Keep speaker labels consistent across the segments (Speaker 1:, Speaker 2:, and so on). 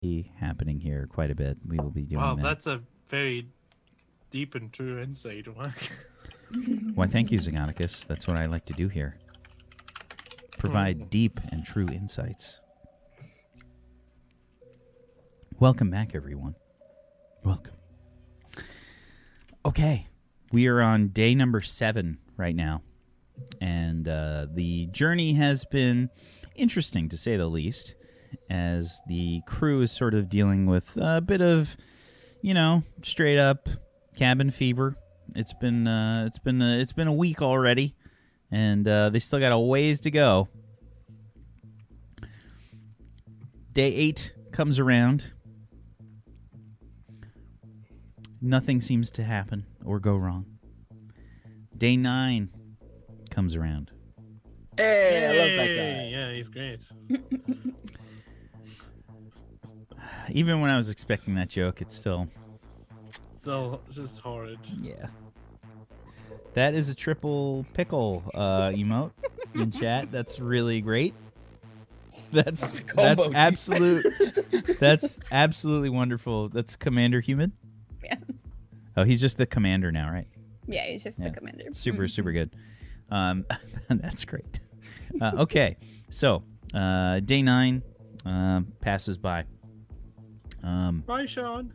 Speaker 1: be happening here quite a bit. We will be doing
Speaker 2: Wow,
Speaker 1: that.
Speaker 2: that's a very deep and true insight. Wow.
Speaker 1: Why, thank you, Xenoticus. That's what I like to do here. Provide deep and true insights. Welcome back, everyone. Welcome. Okay, we are on day number seven right now. And uh, the journey has been interesting, to say the least, as the crew is sort of dealing with a bit of, you know, straight up cabin fever. It's been uh, it's been uh, it's been a week already, and uh, they still got a ways to go. Day eight comes around. Nothing seems to happen or go wrong. Day nine comes around.
Speaker 3: Hey, I love that
Speaker 2: Yay,
Speaker 3: guy.
Speaker 2: Yeah, he's great.
Speaker 1: Even when I was expecting that joke, it's still
Speaker 2: So just horrid.
Speaker 1: yeah. That is a triple pickle uh, emote in chat. That's really great. That's
Speaker 3: That's
Speaker 1: that's,
Speaker 3: a combo, dude.
Speaker 1: absolute. That's absolutely wonderful. That's Commander Human.
Speaker 4: Yeah.
Speaker 1: Oh, he's just the commander now, right?
Speaker 4: Yeah, he's just
Speaker 1: Yeah.
Speaker 4: the commander.
Speaker 1: Super,
Speaker 3: Mm-hmm.
Speaker 1: super good. Um, that's great. Uh, okay, so uh, day nine uh, passes by. Um,
Speaker 2: Bye, Sean.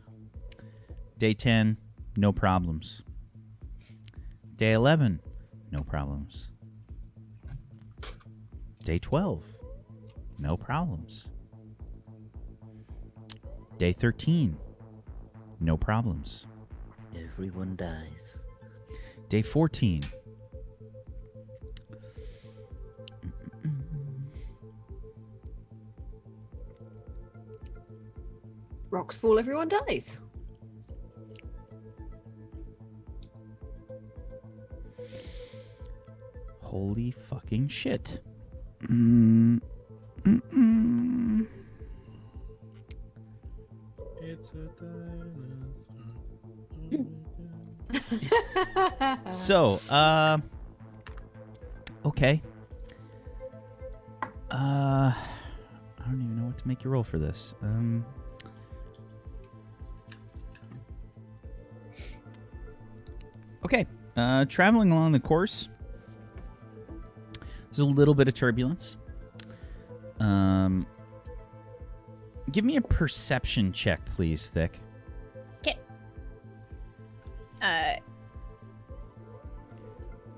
Speaker 1: Day 10, no problems. Day 11, no problems. Day 12, no problems. Day 13, no problems.
Speaker 3: Everyone dies.
Speaker 1: Day 14.
Speaker 5: Rocks fall, everyone dies.
Speaker 1: Holy fucking shit. Mm, mm, mm.
Speaker 2: It's a dinosaur. Oh my God.
Speaker 1: So, uh, okay. Uh, I don't even know what to make you roll for this. Um, okay. Uh, traveling along the course, there's a little bit of turbulence. Um, give me a perception check, please, Thick.
Speaker 4: Uh,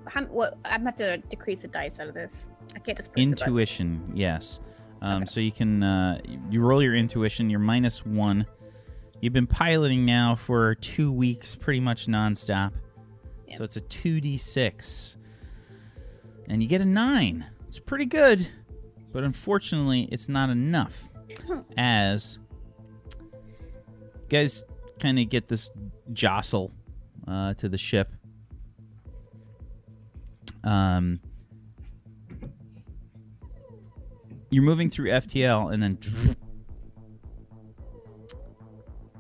Speaker 4: how, what, Uh, I'm gonna have to decrease the dice out of this. I can't just push the button.
Speaker 1: intuition yes um, so you can uh, you roll your intuition you're minus one you've been piloting now for two weeks pretty much nonstop
Speaker 4: Yeah.
Speaker 1: so it's a 2d6 and you get a nine it's pretty good but unfortunately it's not enough as you guys kind of get this jostle uh, to the ship um, you're moving through FTL and then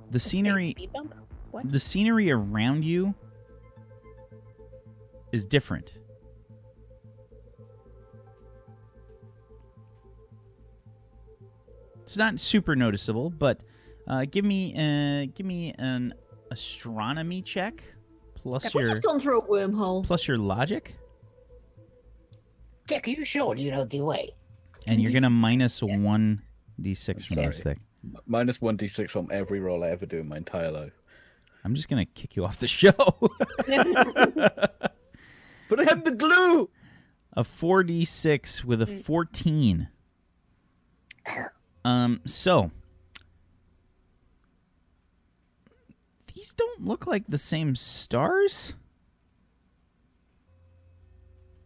Speaker 1: the
Speaker 4: Space
Speaker 1: scenery
Speaker 4: speed bump? What?
Speaker 1: the scenery around you is different. It's not super noticeable, but uh, give me uh, give me an astronomy check plus
Speaker 4: Have
Speaker 5: We've
Speaker 1: your
Speaker 5: just gone through a wormhole.
Speaker 1: plus your logic,
Speaker 3: Dick, are you sure you know the way?
Speaker 1: and you're gonna minus
Speaker 4: Yeah.
Speaker 1: one d6 from this
Speaker 6: Sorry.
Speaker 1: thing.
Speaker 6: Minus one d six from every roll I ever do in my entire life.
Speaker 1: I'm just gonna kick you off the show.
Speaker 3: But I have the glue!
Speaker 1: a 4d6 with a
Speaker 4: Mm.
Speaker 1: 14 um so these don't look like the same stars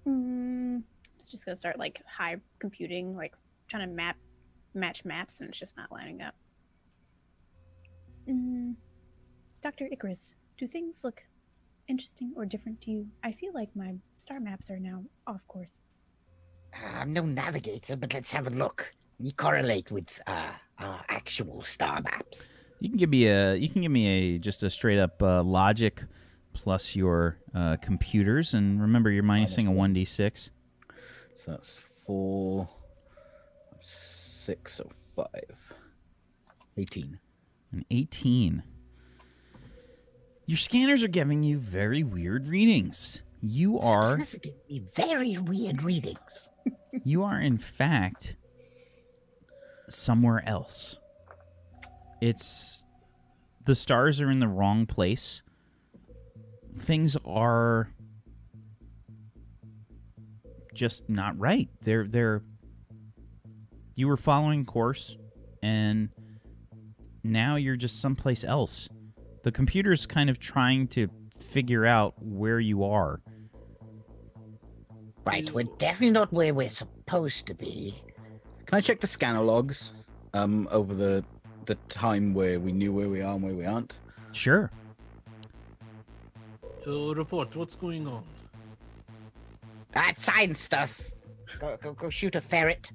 Speaker 4: Mm, it's just gonna start like high computing, like trying to map, match maps, and it's just not lining up. Mm, Doctor Icarus, do things look interesting or different to you? I feel like my star maps are now off course.
Speaker 3: Uh, I'm no navigator, but let's have a look. You correlate with uh, our actual star maps.
Speaker 1: you can give me a you can give me a just a straight up uh, logic plus your uh, computers and remember you're
Speaker 6: Minus
Speaker 1: minusing
Speaker 6: one.
Speaker 1: a 1d6
Speaker 6: So that's four, six, or five.
Speaker 3: 18.
Speaker 1: An 18. Your scanners are giving you very weird readings. You are
Speaker 3: Scanners give me very weird readings.
Speaker 1: you are in fact somewhere else. It's the stars are in the wrong place. Things are just not right. They're they're you were following course and now you're just someplace else. The computer's kind of trying to figure out where you are.
Speaker 3: Right, we're definitely not where we're supposed to be.
Speaker 6: Can I check the scanner logs um, over the the time where we knew where we are and where we aren't?
Speaker 1: Sure.
Speaker 2: Uh, report, what's going on?
Speaker 3: That's Ah, science stuff. Go, go, go shoot a ferret.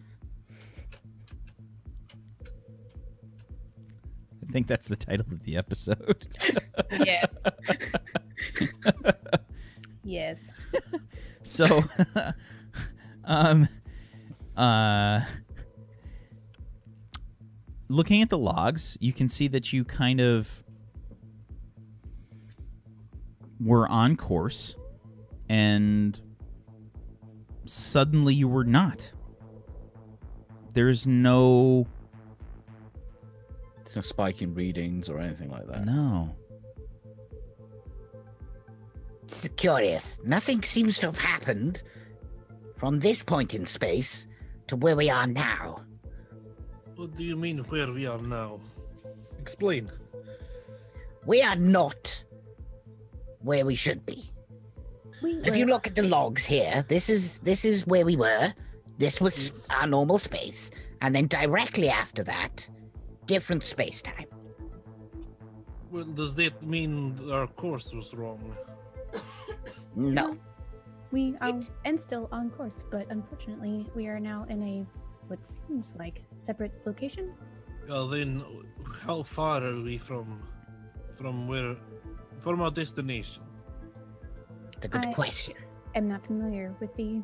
Speaker 1: I think that's the title of the episode.
Speaker 4: Yes. yes.
Speaker 1: So, um, uh, looking at the logs, you can see that you kind of were on course and suddenly you were not. There's no,
Speaker 6: There's no spike in readings or anything like that.
Speaker 1: no.
Speaker 3: It's curious. Nothing seems to have happened from this point in space to where we are now.
Speaker 2: What do you mean where we are now? Explain.
Speaker 3: We are not where we should be.
Speaker 4: We
Speaker 3: If you look at the logs here, this is this is where we were. This was
Speaker 2: Yes.
Speaker 3: our normal space, and then directly after that, different space time.
Speaker 2: Well, does that mean our course was wrong?
Speaker 3: No,
Speaker 4: we are and still on course, but unfortunately, we are now in a what seems like separate location.
Speaker 2: Well, then, how far are we from, from where, from our destination?
Speaker 3: it's a good
Speaker 4: I-
Speaker 3: question.
Speaker 4: I'm not familiar with the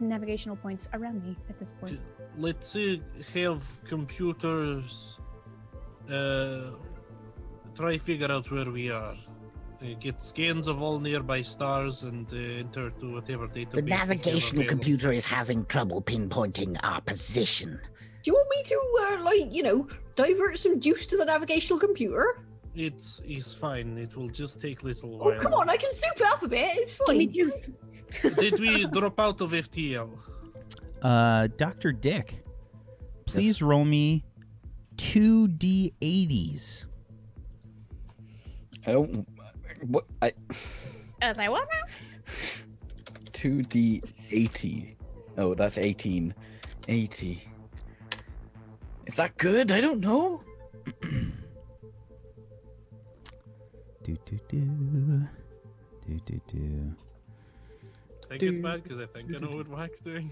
Speaker 4: navigational points around me at this point.
Speaker 2: Let's say have computers, uh, try figure out where we are. Uh, get scans of all nearby stars and uh, enter to whatever database.
Speaker 3: The
Speaker 2: we have
Speaker 3: navigational
Speaker 2: available.
Speaker 3: computer is having trouble pinpointing our position.
Speaker 5: Do you want me to, uh, like, you know, divert some juice to the navigational computer?
Speaker 2: It's is fine. It will just take little
Speaker 5: Oh,
Speaker 2: while.
Speaker 5: come on, I can soup it up a bit. It's fine.
Speaker 4: juice.
Speaker 2: Did we drop out of FTL?
Speaker 1: Uh, Dr. Dick, please roll me two D80s.
Speaker 6: I don't. What? I
Speaker 4: As I want.
Speaker 6: two D eighty. Oh, that's eighteen. Eighty. Is that good? I don't know.
Speaker 1: Do do do. Do do do.
Speaker 2: I think it's bad because I think I know what Wax doing.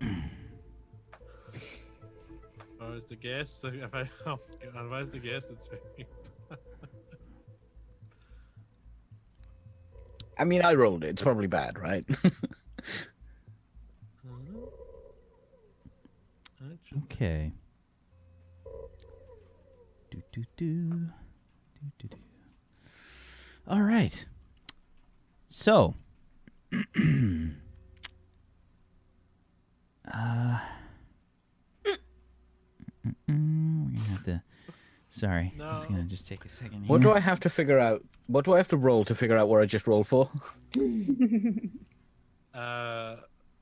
Speaker 2: If I was to guess, so if I, if I was to guess, it's me.
Speaker 6: I mean, I rolled it. It's probably bad, right?
Speaker 1: Okay. Do do do. Do do do. All right. So. uh. mm, We're gonna have to. Sorry, this is gonna
Speaker 2: No.
Speaker 1: just take a second.
Speaker 6: What do
Speaker 1: here.
Speaker 6: I have to figure out? What do I have to roll to figure out what I just rolled for?
Speaker 2: Uh,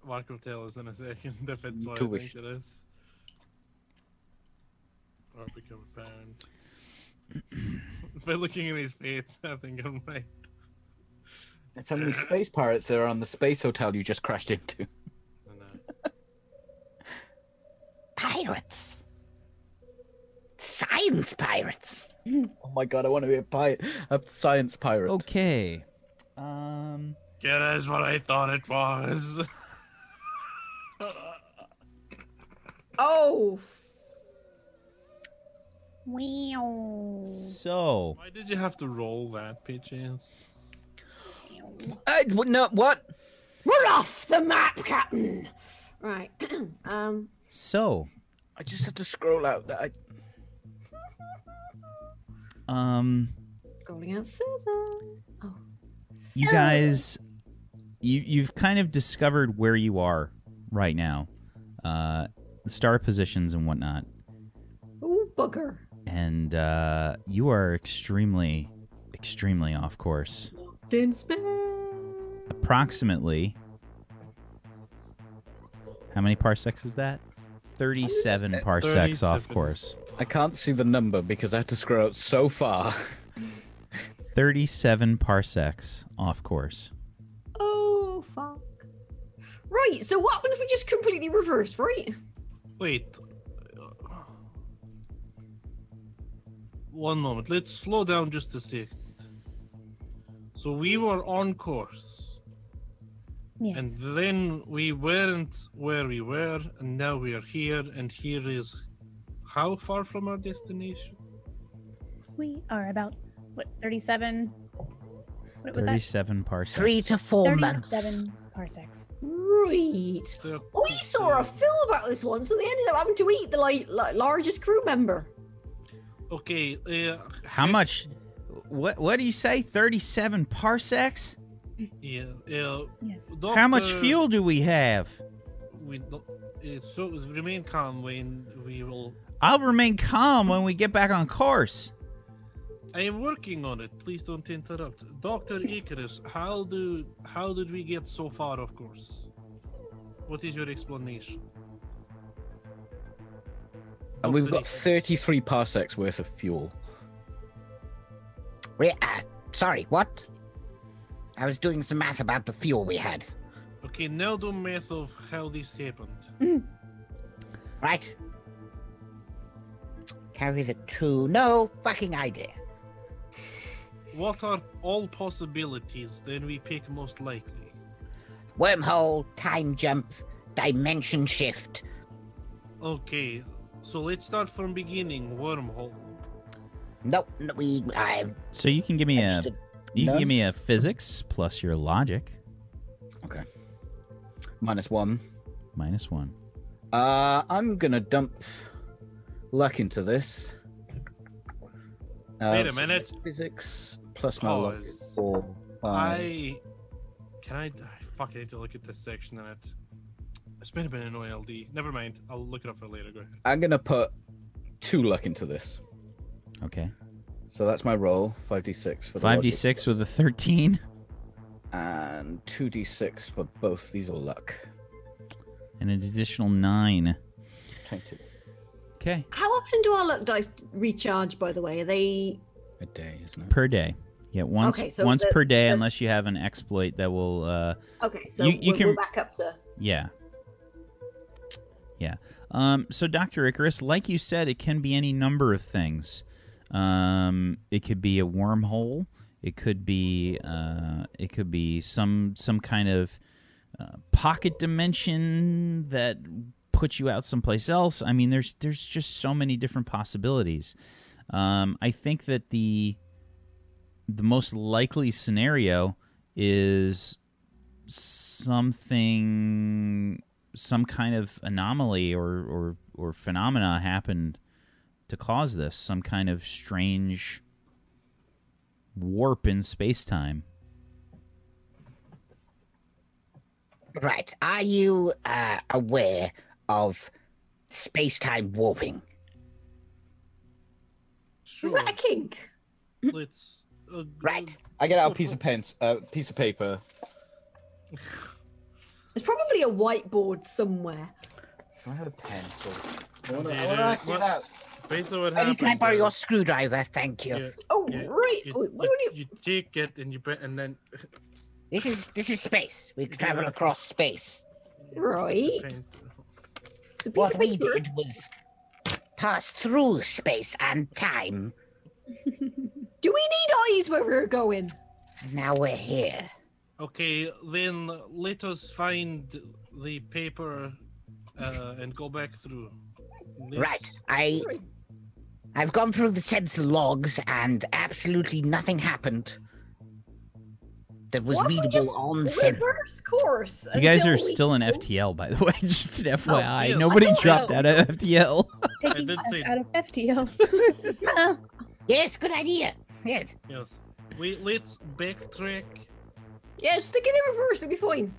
Speaker 2: Mark will tell us in a second if it's what I
Speaker 6: Intuition.
Speaker 2: think it is. Or become apparent. By looking at his face, I think I'm right.
Speaker 6: That's how many space pirates there are on the space hotel you just crashed into.
Speaker 2: I know.
Speaker 3: Pirates, science pirates.
Speaker 6: Oh my god, I want to be a pirate, a science pirate.
Speaker 1: Okay. Um.
Speaker 2: It is what I thought it was.
Speaker 5: Oh,
Speaker 4: Wow.
Speaker 1: So.
Speaker 2: Why did you have to roll that, Peaches?
Speaker 6: Uh, what- no, what?
Speaker 5: we're off the map, Captain. Right. um.
Speaker 1: So.
Speaker 6: I just had to scroll out. I,
Speaker 1: Um,
Speaker 5: Scrolling out further.
Speaker 1: you guys you you've kind of discovered where you are right now uh the star positions and whatnot
Speaker 5: Oh, bugger.
Speaker 1: and uh you are extremely extremely off course
Speaker 5: Lost in space.
Speaker 1: approximately how many parsecs is that 37 parsecs off
Speaker 2: 37.
Speaker 1: course
Speaker 6: I can't see the number because I had to scroll out so far.
Speaker 1: 37 parsecs off course
Speaker 5: Oh, fuck. Right, so what happens if we just completely reverse, right?
Speaker 2: Wait. One moment. Let's slow down just a second. So we were on course,
Speaker 4: Yes.
Speaker 2: and then we weren't where we were, and now we are here, and here is how far from our destination?
Speaker 4: we are about what 37 what was that
Speaker 1: 37 parsecs
Speaker 3: Three to
Speaker 5: Oh,
Speaker 3: four months.
Speaker 4: 37 parsecs
Speaker 5: Right.
Speaker 2: They're-
Speaker 5: We saw a film about this once and they ended up having to eat the like, la- largest crew member.
Speaker 2: Okay. Uh,
Speaker 1: how much what what do you say 37 parsecs
Speaker 2: Yeah. Uh,
Speaker 4: yes
Speaker 1: How much
Speaker 2: Doctor-
Speaker 1: fuel do we have?
Speaker 2: We don't, uh, so remain calm, Wayne. We will.
Speaker 1: I'll remain calm when we get back on course.
Speaker 2: I am working on it. Please don't interrupt, Doctor Icarus. How do how did we get so far? Of course. What is your explanation?
Speaker 6: and Uh, we've
Speaker 2: Doctor
Speaker 6: got
Speaker 2: Icarus.
Speaker 6: 33 parsecs worth of fuel.
Speaker 3: We, uh, sorry, what? I was doing some math about the fuel we had.
Speaker 2: Okay, now do math of how this happened.
Speaker 3: Right? Carry the two. No fucking idea.
Speaker 2: What are all possibilities? Then we pick most likely.
Speaker 3: Wormhole, time jump, dimension shift.
Speaker 2: Okay, so let's start from beginning. Wormhole.
Speaker 3: Nope, no, we. I.
Speaker 1: So you can give me a you can
Speaker 6: No.
Speaker 1: give me a physics plus your logic
Speaker 6: Minus one.
Speaker 1: minus one.
Speaker 6: Uh, I'm gonna dump luck into this. Uh,
Speaker 2: Wait a
Speaker 6: so
Speaker 2: minute.
Speaker 6: Physics plus my luck
Speaker 2: Pause.
Speaker 6: is four. Five.
Speaker 2: I can I, I fucking need to look at this section in it. It's been a bit an OLD. Never mind. I'll look it up for later. Go ahead.
Speaker 6: I'm gonna put two luck into this.
Speaker 1: Okay.
Speaker 6: So that's my roll. Five d six for the
Speaker 1: Five D six with a thirteen
Speaker 6: a and two d six for both. These are luck.
Speaker 1: and an additional nine.
Speaker 6: Twenty
Speaker 1: Okay.
Speaker 5: How often do our luck dice recharge, by the way? Are they.
Speaker 6: a day, isn't it?
Speaker 1: Per day. Yeah, once
Speaker 5: Okay, so
Speaker 1: once
Speaker 5: the-
Speaker 1: per day
Speaker 5: the-
Speaker 1: unless you have an exploit that will uh
Speaker 5: Okay, so
Speaker 1: You- you
Speaker 5: we're,
Speaker 1: can-
Speaker 5: we're back up to.
Speaker 1: yeah. Yeah. Um so Dr. Icarus, like you said, it can be any number of things. Um it could be a wormhole. It could be uh, it could be some some kind of uh, pocket dimension that puts you out someplace else. I mean, there's there's just so many different possibilities. Um, I think that the the most likely scenario is something some kind of anomaly or or, or phenomena happened to cause this some kind of strange warp in space time.
Speaker 3: Right. Are you uh, aware of space time warping?
Speaker 5: Is that a kink?
Speaker 2: Let's. Uh,
Speaker 3: Right.
Speaker 6: I get out a piece of pens, a piece of paper.
Speaker 5: There's probably a whiteboard somewhere.
Speaker 6: Do I have a pencil?
Speaker 2: Yeah, yeah, what- Based on what
Speaker 3: Eddie,
Speaker 2: happened.
Speaker 3: can I borrow
Speaker 2: uh,
Speaker 3: your screwdriver? Thank you.
Speaker 2: yeah,
Speaker 5: Oh,
Speaker 2: Yeah,
Speaker 5: right.
Speaker 2: you,
Speaker 5: Oh,
Speaker 2: you,
Speaker 5: what do we do?
Speaker 2: you take it and you put, and then.
Speaker 3: This is this is space. We can travel across space.
Speaker 5: Right. It's a piece
Speaker 3: What
Speaker 5: of
Speaker 3: we
Speaker 5: paper.
Speaker 3: did was pass through space and time.
Speaker 5: Do we need eyes where we're going?
Speaker 3: and Now we're here.
Speaker 2: Okay, then let us find the paper uh, and go back through.
Speaker 3: Right. I I've gone through the sensor logs and absolutely nothing happened. that was
Speaker 5: Why don't we
Speaker 3: readable
Speaker 5: just
Speaker 3: on send.
Speaker 5: Reverse course.
Speaker 1: You guys
Speaker 5: until
Speaker 1: are
Speaker 5: we- Oh,
Speaker 1: still in FTL, by the way. Just an FYI,
Speaker 2: yes.
Speaker 1: nobody
Speaker 5: I don't
Speaker 1: dropped
Speaker 5: know.
Speaker 1: out of FTL.
Speaker 4: Taking
Speaker 2: did
Speaker 4: us
Speaker 2: say-
Speaker 4: out of FTL.
Speaker 3: Yes, good idea. Yes.
Speaker 2: Yes. We let's backtrack.
Speaker 5: Yeah, stick it in reverse. It'll be fine.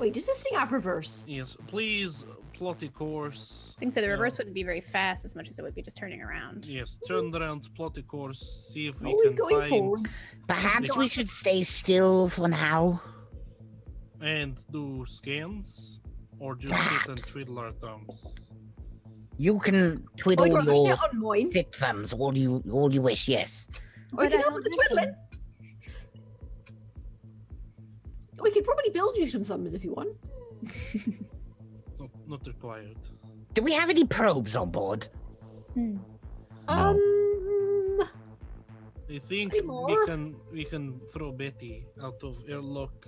Speaker 5: Wait, does this thing have reverse?
Speaker 2: Yes. Please plot a course.
Speaker 4: Things so the
Speaker 2: Yeah.
Speaker 4: reverse wouldn't be very fast as much as it would be just turning around.
Speaker 2: Yes. Turn around. Plot a course. See if we
Speaker 5: Always
Speaker 2: can
Speaker 5: going
Speaker 2: find
Speaker 5: forward.
Speaker 3: Perhaps we should stay still for now.
Speaker 2: and do scans, or just sit and
Speaker 3: Perhaps.
Speaker 2: twiddle our thumbs.
Speaker 3: You can
Speaker 5: Oh,
Speaker 3: twiddle
Speaker 5: I'd rather
Speaker 3: your
Speaker 5: sit on mine.
Speaker 3: thick thumbs all you all you wish. Yes.
Speaker 5: We
Speaker 4: But
Speaker 5: can
Speaker 4: I
Speaker 5: help with the
Speaker 4: don't have
Speaker 5: twiddling. We could probably build you some thumbs if you want.
Speaker 2: Not, not required.
Speaker 3: Do we have any probes on board?
Speaker 4: Hmm.
Speaker 1: No.
Speaker 5: Um,
Speaker 2: I think
Speaker 5: Any
Speaker 2: we
Speaker 5: more?
Speaker 2: can we can throw Betty out of airlock.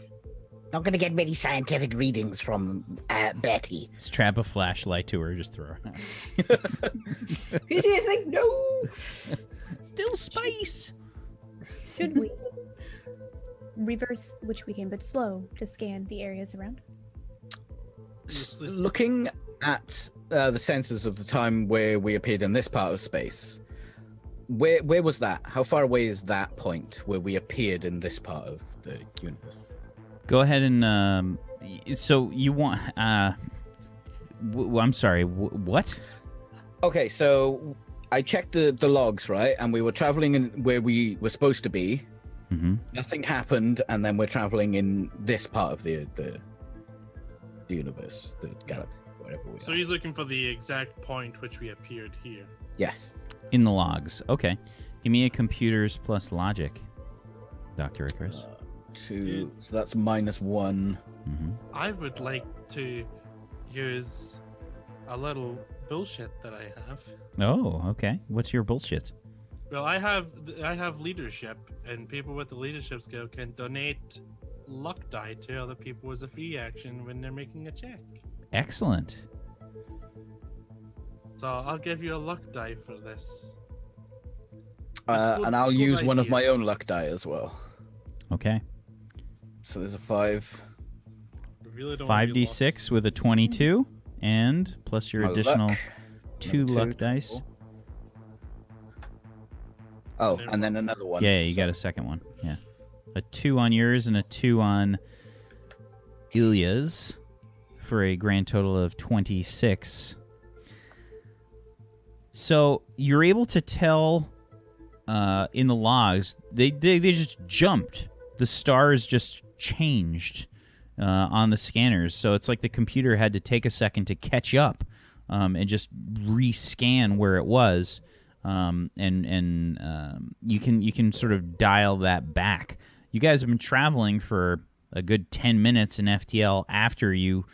Speaker 3: Not going to get many scientific readings from uh, Betty.
Speaker 1: Strap a flashlight to her, just throw her out.
Speaker 5: you see anything? No.
Speaker 1: Still space.
Speaker 4: Should we reverse which we can, but slow to scan the areas around?
Speaker 2: Yes, this-
Speaker 6: Looking at uh, the sensors of the time where we appeared in this part of space, where where was that? How far away is that point where we appeared in this part of the universe?
Speaker 1: Go ahead and um. y- So you want uh. W- I'm sorry. W- what?
Speaker 6: Okay, so I checked the, the logs, right? And we were traveling in where we were supposed to be.
Speaker 1: Mm-hmm.
Speaker 6: Nothing happened, and then we're traveling in this part of the the, the universe, the galaxy, wherever we
Speaker 2: So
Speaker 6: are.
Speaker 2: he's looking for the exact point which we appeared here.
Speaker 6: Yes.
Speaker 1: In the logs. Okay. Give me a computers plus logic, Doctor Icarus.
Speaker 6: Uh, two. So that's minus one.
Speaker 1: Mm-hmm.
Speaker 2: I would like to use a little bullshit that I have.
Speaker 1: Oh, okay. What's your bullshit?
Speaker 2: Well, I have I have leadership, and people with the leadership skill can donate luck die to other people as a free action when they're making a check.
Speaker 1: Excellent.
Speaker 2: So I'll give you a luck die for this.
Speaker 6: Uh,
Speaker 2: good-
Speaker 6: and I'll
Speaker 2: good
Speaker 6: use one of
Speaker 2: idea.
Speaker 6: my own luck die as well.
Speaker 1: Okay.
Speaker 6: So there's a five.
Speaker 2: I really don't wanna
Speaker 1: Five
Speaker 2: be
Speaker 1: d six
Speaker 2: lost.
Speaker 1: with a twenty-two, and plus your
Speaker 6: My
Speaker 1: additional
Speaker 6: luck.
Speaker 1: two
Speaker 6: Another
Speaker 1: luck
Speaker 6: two,
Speaker 1: dice.
Speaker 6: four. Oh,
Speaker 2: Then
Speaker 6: and then another one.
Speaker 1: Yeah, you got a second one. Yeah, a two on yours and a two on Ilya's for a grand total of twenty-six. So you're able to tell uh, in the logs they, they they just jumped. The stars just changed uh, on the scanners, so it's like the computer had to take a second to catch up um, and just rescan where it was. Um, and and um, you can you can sort of dial that back. You guys have been traveling for a good ten minutes in FTL after you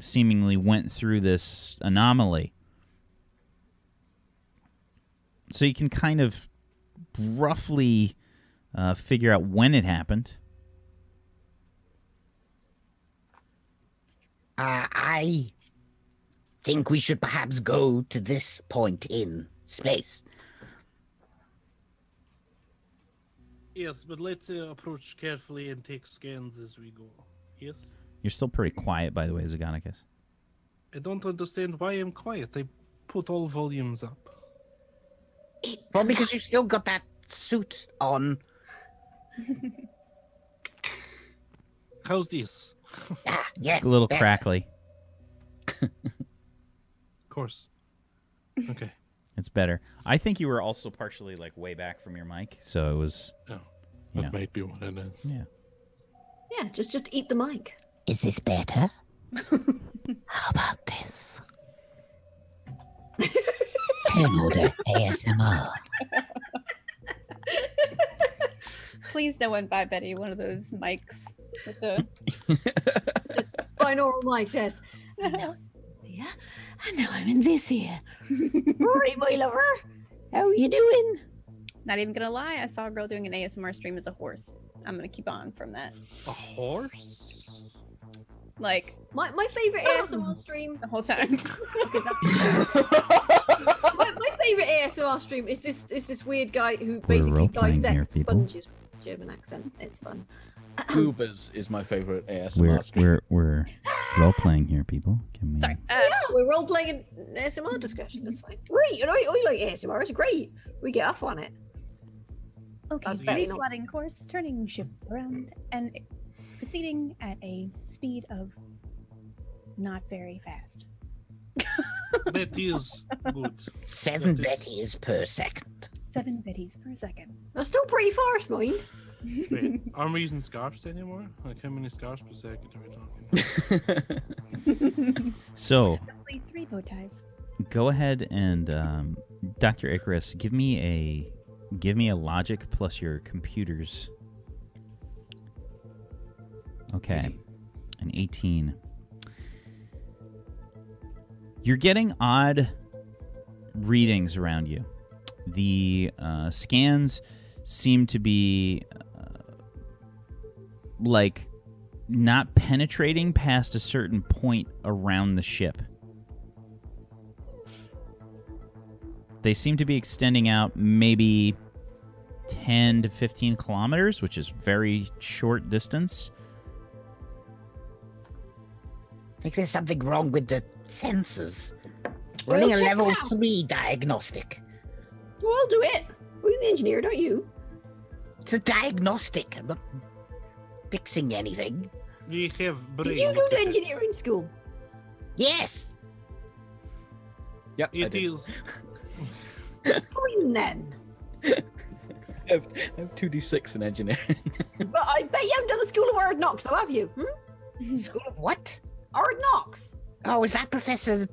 Speaker 1: seemingly went through this anomaly. So you can kind of roughly uh, figure out when it happened.
Speaker 3: Uh, I think we should perhaps go to this point in space.
Speaker 2: Yes, but let's uh, approach carefully and take scans as we go. Yes.
Speaker 1: You're still pretty quiet, by the way, Zagonicus.
Speaker 2: I don't understand why I'm quiet. I put all volumes up.
Speaker 3: Well, because you've still got that suit on.
Speaker 2: How's this?
Speaker 3: Ah, yes.
Speaker 1: A little
Speaker 3: better.
Speaker 1: crackly.
Speaker 2: Of course. Okay.
Speaker 1: It's better. I think you were also partially like way back from your mic, so it was.
Speaker 2: Oh,
Speaker 1: you
Speaker 2: that
Speaker 1: know.
Speaker 2: might be what it is.
Speaker 1: Yeah.
Speaker 5: Yeah, just just eat the mic.
Speaker 3: Is this better? How about this? Ten order ASMR.
Speaker 4: Please, no one buy Betty one of those mics with the
Speaker 5: Binaural mic, yes. I know. Yeah, I know I'm in this here. Rory, my lover, how you doing?
Speaker 4: Not even gonna lie, I saw a girl doing an ASMR stream as a horse. I'm gonna keep on from that.
Speaker 2: A horse?
Speaker 4: Like
Speaker 5: My, my favorite ASMR stream.
Speaker 4: the whole time.
Speaker 5: Okay, that's my, my favorite ASMR stream is this is this weird guy who
Speaker 1: We're
Speaker 5: basically
Speaker 1: role-playing here,
Speaker 5: dissects
Speaker 1: people.
Speaker 5: sponges. German accent. It's fun.
Speaker 6: Goobers is my favorite ASMR.
Speaker 1: We're
Speaker 6: stream.
Speaker 1: we're we're role playing here, people. Can we?
Speaker 5: Sorry. Uh, We're role playing an ASMR discussion. That's fine. Great. You know, we like ASMR. It's great. We get off on it.
Speaker 4: Okay,
Speaker 5: That's
Speaker 4: free
Speaker 5: very nice.
Speaker 4: flooding course, turning ship around and proceeding at a speed of not very fast.
Speaker 2: That is good.
Speaker 3: Seven
Speaker 2: That
Speaker 3: Betty's per second.
Speaker 4: Seven bitties per second.
Speaker 5: That's still pretty fast, mind.
Speaker 2: Wait, aren't we using scarves anymore? Like, how many scarves per second are we talking?
Speaker 1: So
Speaker 4: Only three bow ties.
Speaker 1: go ahead and um, Doctor Icarus, give me a give me a logic plus your computers. Okay, an eighteen. You're getting odd readings around you. The uh, scans seem to be uh, like not penetrating past a certain point around the ship. They seem to be extending out maybe 10 to 15 kilometers, which is very short distance.
Speaker 3: I think there's something wrong with the sensors.
Speaker 5: We'll
Speaker 3: Running a
Speaker 5: check it
Speaker 3: level
Speaker 5: out.
Speaker 3: three diagnostic.
Speaker 5: Well, I'll do it. We're the engineer, don't you?
Speaker 3: It's a diagnostic. I'm not fixing anything.
Speaker 2: We have brain.
Speaker 5: Did you go to
Speaker 2: detect-
Speaker 5: engineering school?
Speaker 3: Yes.
Speaker 6: yep, I
Speaker 2: It
Speaker 6: did.
Speaker 2: is.
Speaker 5: Fine then.
Speaker 6: I have, I have 2d6 in engineering.
Speaker 5: But I bet you haven't done the school of hard knocks, though, have you? Hmm?
Speaker 3: School of what?
Speaker 5: Hard knocks.
Speaker 3: Oh, is that Professor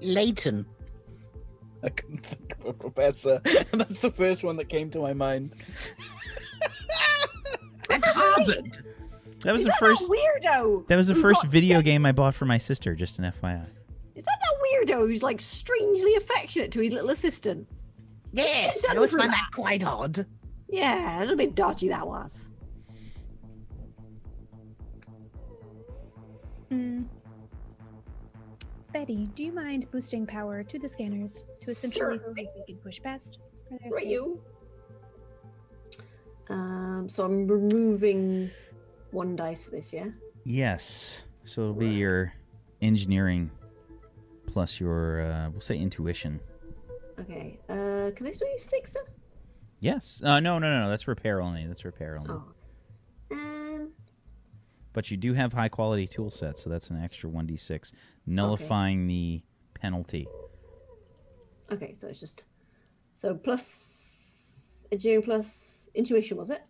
Speaker 3: Layton?
Speaker 6: I couldn't think of a professor. That's the first one that came to my mind.
Speaker 3: At Harvard.
Speaker 1: That was
Speaker 5: Is
Speaker 1: the
Speaker 5: that
Speaker 1: first
Speaker 5: that weirdo?
Speaker 1: that was the
Speaker 5: who
Speaker 1: first
Speaker 5: got
Speaker 1: video game I bought for my sister, just an FYI.
Speaker 5: Is that that weirdo who's like strangely affectionate to his little assistant?
Speaker 3: Yes.
Speaker 5: Done
Speaker 3: I always
Speaker 5: through
Speaker 3: find
Speaker 5: that.
Speaker 3: that quite odd.
Speaker 5: Yeah, a little bit dodgy that was.
Speaker 4: Hmm. Betty, do you mind boosting power to the scanners to essentially see
Speaker 5: Certainly.
Speaker 4: if we can push past? for their
Speaker 5: Right,
Speaker 4: scan?
Speaker 5: you. Um, so I'm removing one dice for this, yeah.
Speaker 1: Yes. So it'll be your engineering plus your uh, we'll say intuition.
Speaker 5: Okay. Uh, can I still use fixer?
Speaker 1: Yes. Uh, no, no, no, no. That's repair only. That's repair only.
Speaker 5: Oh. Um.
Speaker 1: But you do have high quality tool sets, so that's an extra 1d6, nullifying the penalty.
Speaker 5: Okay, so it's just so plus engineering plus intuition was it?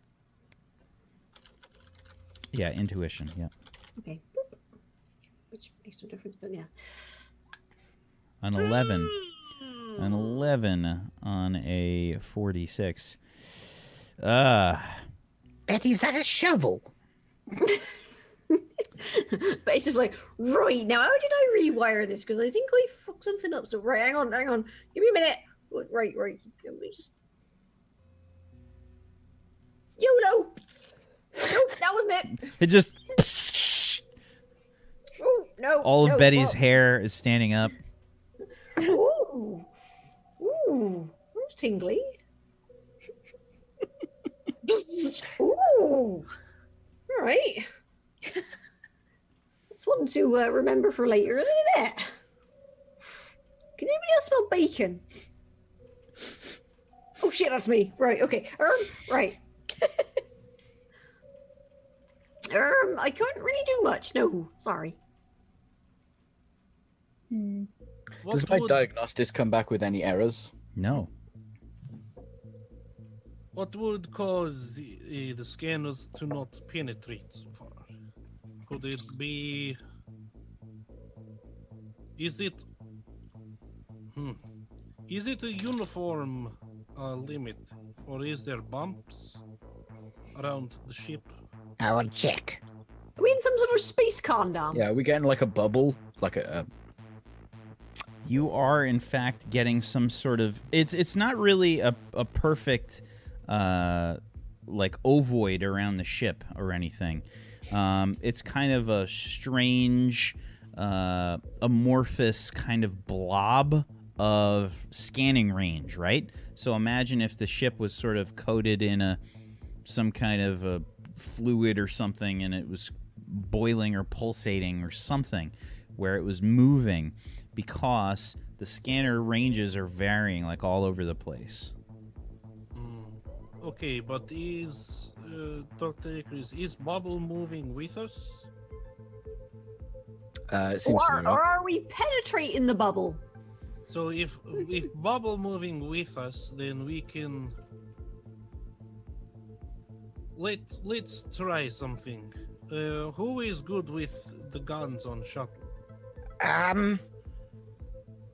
Speaker 1: Yeah, intuition. Yeah.
Speaker 5: Okay. Boop. Which makes no difference, but yeah.
Speaker 1: An 11. An 11 on a 46. Uh,
Speaker 3: Betty, is that a shovel?
Speaker 5: but it's just like, right now, how did I rewire this? Because I think I fucked something up. So right, hang on, hang on, give me a minute. Wait, Right, right, let me just. YOLO. Nope, that wasn't it.
Speaker 1: it just.
Speaker 5: Oh no.
Speaker 1: All
Speaker 5: no,
Speaker 1: of Betty's
Speaker 5: whoa.
Speaker 1: hair is standing up.
Speaker 5: Ooh, ooh, that's tingly. ooh, all right. That's one to uh, remember for later, isn't it? Can anybody else smell bacon? Oh shit, that's me. Right, okay. Um, right. um, I can't really do much. No, sorry.
Speaker 4: Hmm.
Speaker 2: What
Speaker 6: Does my
Speaker 2: would,
Speaker 6: diagnostics come back with any errors?
Speaker 1: No.
Speaker 2: what would cause the, the scanners to not penetrate so far? Could it be? Is it? Hmm. Is it a uniform uh, limit, or is there bumps around the ship?
Speaker 3: I will check.
Speaker 5: Are we in some sort of space condom?
Speaker 2: Um,
Speaker 6: Yeah, are we getting like a bubble? Like a.
Speaker 1: You are, in fact, getting some sort of. It's it's not really a, a perfect, uh, like, ovoid around the ship or anything. Um, it's kind of a strange, uh, amorphous kind of blob of scanning range, right? So imagine if the ship was sort of coated in a some kind of a fluid or something and it was boiling or pulsating or something where it was moving because the scanner ranges are varying like all over the place.
Speaker 2: Mm. Okay, but is uh, Doctor Icarus is Bubble moving with us?
Speaker 6: Uh, it seems to
Speaker 5: Or,
Speaker 6: be not.
Speaker 5: or are we penetrating the bubble?
Speaker 2: So if if Bubble moving with us, then we can. Let Let's try something. Uh, who is good with the guns on shuttle?
Speaker 3: Um,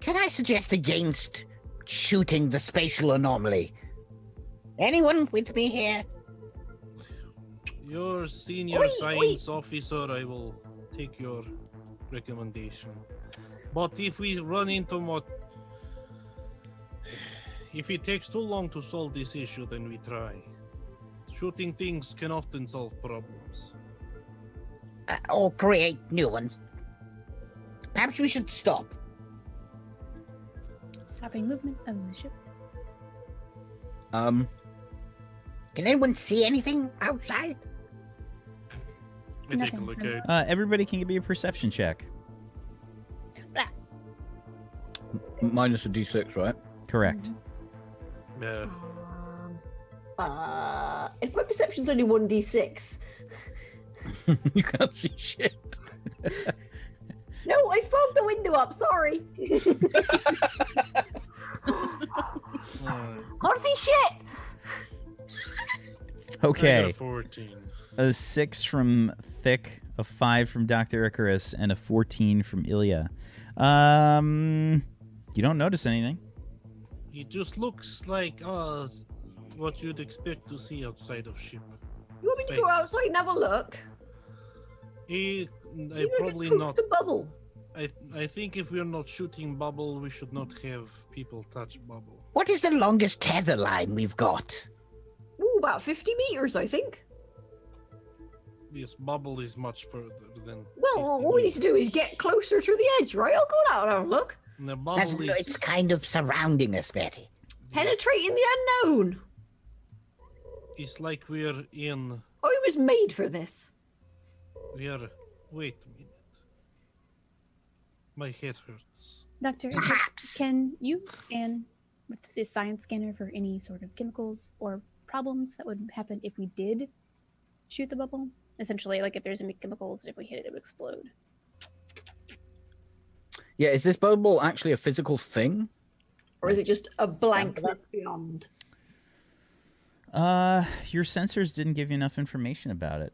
Speaker 3: can I suggest against shooting the spatial anomaly? Anyone with me here?
Speaker 2: Your senior
Speaker 5: Oi, oi.
Speaker 2: science officer, I will take your recommendation. But if we run into more. If it takes too long to solve this issue, then we try. Shooting things can often solve problems.
Speaker 3: Uh, or create new ones? Perhaps we should stop.
Speaker 4: Stopping movement of the ship.
Speaker 6: Um,
Speaker 3: Can anyone see anything outside?
Speaker 2: I take a
Speaker 4: Nothing,
Speaker 2: look
Speaker 4: nothing.
Speaker 1: Uh,
Speaker 2: out.
Speaker 1: everybody can give me a perception check.
Speaker 6: minus a d6, right?
Speaker 1: Correct.
Speaker 2: Yeah.
Speaker 5: Um, uh, if my perception's only 1d6.
Speaker 6: you can't see shit.
Speaker 5: No, I fogged the window up, sorry.
Speaker 2: Alright.
Speaker 5: Can't see shit!
Speaker 2: I got a
Speaker 1: Okay,
Speaker 2: 14.
Speaker 1: a six from Thick, a five from Doctor Icarus, and a fourteen from Ilya. Um, you don't notice anything.
Speaker 2: It just looks like uh, s- what you'd expect to see outside of ship.
Speaker 5: You want me to go
Speaker 2: Space.
Speaker 5: outside and have a look?
Speaker 2: Eh, I
Speaker 5: You know,
Speaker 2: probably
Speaker 5: poop
Speaker 2: not
Speaker 5: the bubble.
Speaker 2: I I think if we're not shooting bubble, we should not have people touch bubble.
Speaker 3: What is the longest tether line we've got?
Speaker 5: Ooh, about 50 meters, I think.
Speaker 2: Yes, bubble is much further than.
Speaker 5: Well,
Speaker 2: 50
Speaker 5: all we need
Speaker 2: meters.
Speaker 5: to do is get closer to the edge, right? I'll go down and have a look.
Speaker 2: And the
Speaker 3: That's,
Speaker 2: bubble is
Speaker 3: it's kind of surrounding us, Betty.
Speaker 5: Penetrating the unknown.
Speaker 2: It's like we're in.
Speaker 5: I was made for this.
Speaker 2: We're. Wait a minute. My head hurts.
Speaker 4: Doctor,
Speaker 3: Perhaps.
Speaker 4: can you scan with the science scanner for any sort of chemicals or problems that would happen if we did shoot the bubble? Essentially, like if there's any chemicals, if we hit it, it would explode.
Speaker 6: Yeah, is this bubble actually a physical thing?
Speaker 5: Or is it just a blankness beyond?
Speaker 1: Uh, your sensors didn't give you enough information about it.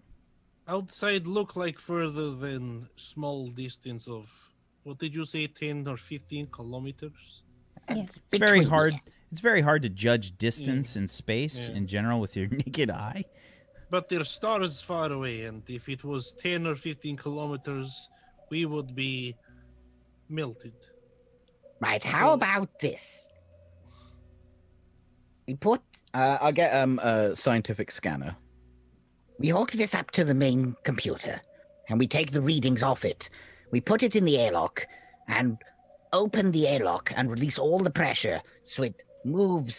Speaker 2: Outside look like further than small distance of. What did you say, 10 or 15 kilometers?
Speaker 4: Yes.
Speaker 1: It's very
Speaker 3: Between
Speaker 1: hard.
Speaker 3: us.
Speaker 1: It's very hard to judge distance in space
Speaker 2: Yeah.
Speaker 1: in general with your naked eye.
Speaker 2: But their star is far away, and if it was 10 or 15 kilometers, we would be melted.
Speaker 3: Right, how
Speaker 2: So-
Speaker 3: about this? We put
Speaker 6: Uh, I get um a scientific scanner.
Speaker 3: We hook this up to the main computer and we take the readings off it. We put it in the airlock and open the airlock and release all the pressure so it moves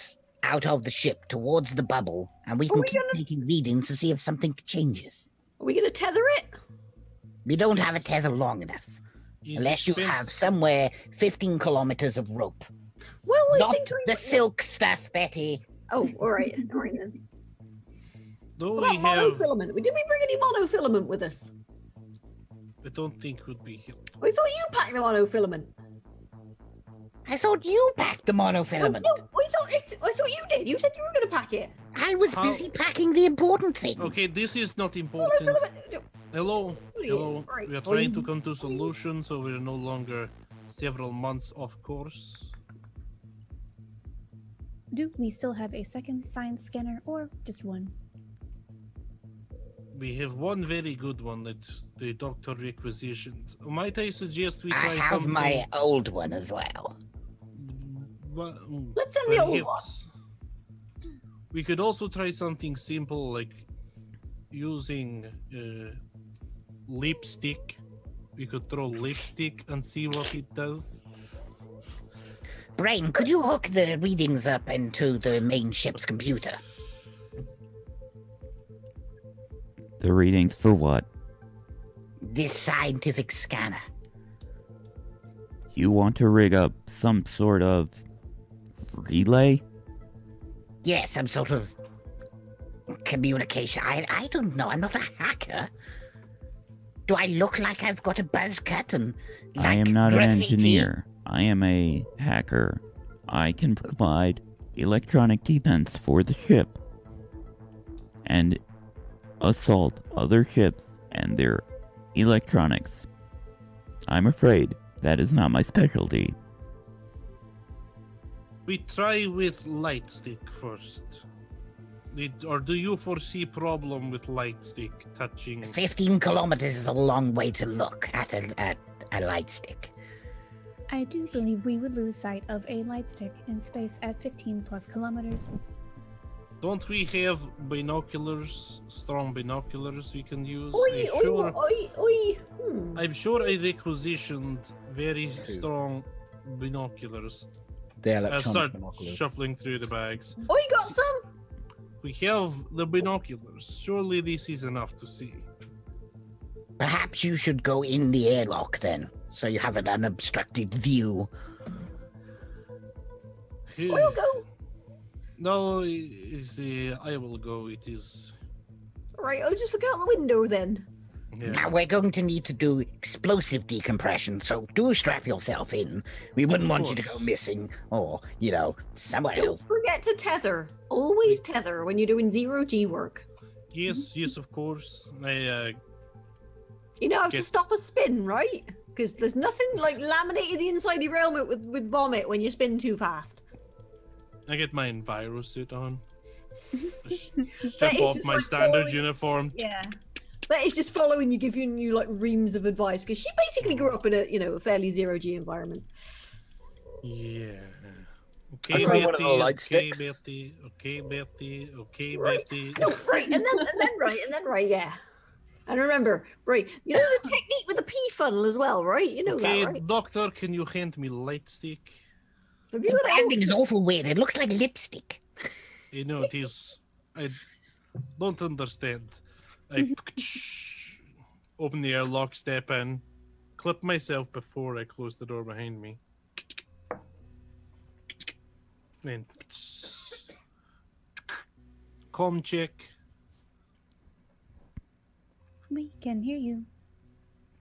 Speaker 3: out of the ship towards the bubble and we can
Speaker 5: we
Speaker 3: keep taking readings to see if something changes.
Speaker 5: Are we going to tether it?
Speaker 3: We don't have a tether long enough
Speaker 2: Is
Speaker 3: unless you have
Speaker 2: expensive.
Speaker 3: somewhere 15 kilometers of rope.
Speaker 5: Well, I
Speaker 3: Not
Speaker 5: think I
Speaker 3: the silk stuff, Betty.
Speaker 5: Oh, all right. All right then.
Speaker 2: Though
Speaker 5: What
Speaker 2: we
Speaker 5: about
Speaker 2: have,
Speaker 5: monofilament? Did we bring any monofilament with us?
Speaker 2: I don't think would be helpful.
Speaker 5: I thought you packed the monofilament.
Speaker 3: I thought you packed the monofilament.
Speaker 5: Oh, no, I thought it, I thought you did. You said you were going to pack it.
Speaker 3: I was
Speaker 2: How-
Speaker 3: busy packing the important things.
Speaker 2: Okay, this is not important.
Speaker 5: Monofilament.
Speaker 2: Hello,
Speaker 5: Oh, yeah,
Speaker 2: hello.
Speaker 5: right.
Speaker 2: We are trying to come to solution, so we're no longer several months off course.
Speaker 4: Do we still have a second science scanner or just one?
Speaker 2: We have one very good one that the doctor requisitioned. Might I suggest we
Speaker 3: I
Speaker 2: try
Speaker 3: have
Speaker 2: something?
Speaker 3: my old one as well.
Speaker 2: Well, mm,
Speaker 5: Let's send the old one.
Speaker 2: perhaps We could also try something simple like using uh, lipstick. We could throw lipstick and see what it does.
Speaker 3: Brain, could you hook the readings up into the main ship's computer?
Speaker 7: The readings for what?
Speaker 3: This scientific scanner.
Speaker 7: You want to rig up some sort of relay?
Speaker 3: Yes, some sort of communication. I, I don't know. I'm not a hacker. Do I look like I've got a buzz cut and like
Speaker 7: I am not an
Speaker 3: graffiti?
Speaker 7: engineer. I am a hacker. I can provide electronic defense for the ship and assault other ships and their electronics. I'm afraid that is not my specialty.
Speaker 2: We try with light stick first. Did- or do you foresee problem with light stick touching?
Speaker 3: 15 kilometers is a long way to look at a, at a light stick.
Speaker 4: I do believe we would lose sight of a light stick in space at 15 plus kilometers.
Speaker 2: Don't we have binoculars, strong binoculars we can use?
Speaker 5: Oi,
Speaker 2: I'm
Speaker 5: oi,
Speaker 2: sure,
Speaker 5: oi, oi. Hmm.
Speaker 2: I'm sure I requisitioned very
Speaker 6: Two.
Speaker 2: strong binoculars.
Speaker 6: The
Speaker 2: I
Speaker 6: electronic
Speaker 2: start
Speaker 6: binoculars.
Speaker 2: shuffling through the bags.
Speaker 5: Oi, got some?
Speaker 2: We have the binoculars. Surely this is enough to see.
Speaker 3: Perhaps you should go in the airlock then, so you have an unobstructed view.
Speaker 5: We'll go.
Speaker 2: No, is uh, I will go. It is.
Speaker 5: Right, I'll just look out the window then.
Speaker 2: Yeah.
Speaker 3: Now we're going to need to do explosive decompression, so do strap yourself in. We wouldn't want you to go
Speaker 2: course.
Speaker 3: missing or, you know, somewhere
Speaker 5: Don't
Speaker 3: else.
Speaker 5: forget to tether. Always tether when you're doing zero G work.
Speaker 2: Yes, yes, of course. I uh,
Speaker 5: You know how to
Speaker 2: Good.
Speaker 5: stop a spin, right? Because there's nothing like laminated the inside of your helmet with, with vomit when you spin too fast.
Speaker 2: I get my enviro suit on. Sh-
Speaker 5: That
Speaker 2: Strip
Speaker 5: is
Speaker 2: off
Speaker 5: just
Speaker 2: my
Speaker 5: like
Speaker 2: standard
Speaker 5: following-
Speaker 2: uniform.
Speaker 5: Yeah. But it's just following you, giving you like reams of advice because she basically grew up in a you know a fairly zero G environment.
Speaker 2: Yeah.
Speaker 6: I
Speaker 2: Okay,
Speaker 6: found one of
Speaker 2: Betty.
Speaker 6: the light
Speaker 2: Okay,
Speaker 6: sticks.
Speaker 2: Betty. Okay, Betty. Okay,
Speaker 5: Right.
Speaker 2: Betty.
Speaker 5: No, right, and then and then right, and then right, yeah. And remember, right, you know the technique with the pee funnel as well, right? You know
Speaker 2: Okay,
Speaker 5: that, right?
Speaker 2: doctor, can you hand me light stick?
Speaker 5: Have you
Speaker 3: The
Speaker 5: got
Speaker 3: branding is awful weird. It looks like lipstick.
Speaker 2: You know it is. I don't understand.
Speaker 5: Mm-hmm.
Speaker 2: I open the airlock, step in, clip myself before I close the door behind me. Then com check.
Speaker 4: We can hear you.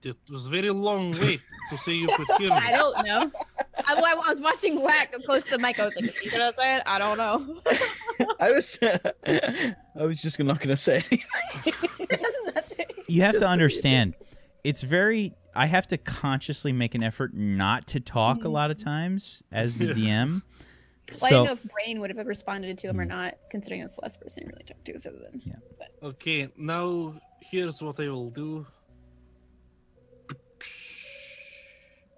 Speaker 2: It was very long wait to say you could hear
Speaker 8: I
Speaker 2: me.
Speaker 8: don't know. I, I was watching Whack close to the mic. I was like, "Is he gonna say it? I don't know.
Speaker 6: I was, I was just not gonna say. anything.
Speaker 1: You have
Speaker 6: Just
Speaker 1: to
Speaker 6: the
Speaker 1: understand, it's very. I have to consciously make an effort not to talk
Speaker 3: Mm-hmm.
Speaker 1: a lot of times as the
Speaker 2: Yeah.
Speaker 1: DM.
Speaker 8: Well, I didn't know
Speaker 1: So Hmm.
Speaker 8: if Brain would have ever responded to him or not, considering that's the last person he really talked to. So then,
Speaker 2: Okay, now here's what I will do.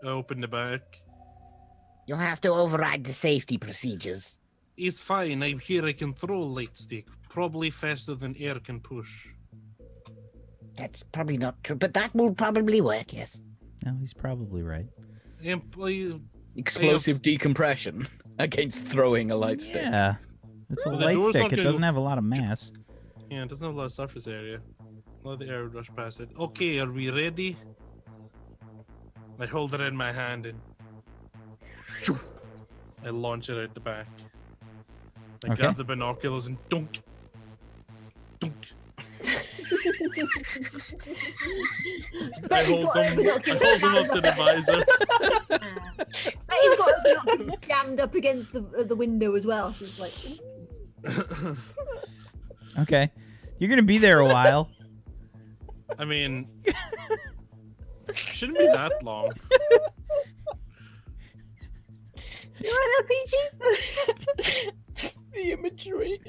Speaker 2: I open the back.
Speaker 3: You'll have to override the safety procedures.
Speaker 2: It's fine. I'm here. I can throw a light stick, probably faster than air can push.
Speaker 3: That's probably not true, but that will probably work, yes.
Speaker 1: no, he's probably right.
Speaker 2: Imp- I-
Speaker 6: Explosive decompression against throwing a light stick.
Speaker 1: Yeah, it's a
Speaker 2: Well, the
Speaker 1: light
Speaker 2: door's
Speaker 1: stick.
Speaker 2: not
Speaker 1: It
Speaker 2: gonna-
Speaker 1: doesn't have a lot of mass.
Speaker 2: yeah, it doesn't have a lot of surface area. Let the air rush past it. Okay, are we ready? I hold it in my hand and I launch it out the back. I
Speaker 1: Okay.
Speaker 2: grab the binoculars and dunk, dunk. I
Speaker 5: Betty's
Speaker 2: hold
Speaker 5: got
Speaker 2: them. I hold them up to the visor.
Speaker 5: Betty's got her binoculars jammed up against the uh, the window as well. She's like,
Speaker 1: Okay, you're gonna be there a while.
Speaker 2: I mean, shouldn't be that long.
Speaker 5: "You right there, Peachy?"
Speaker 8: the imagery.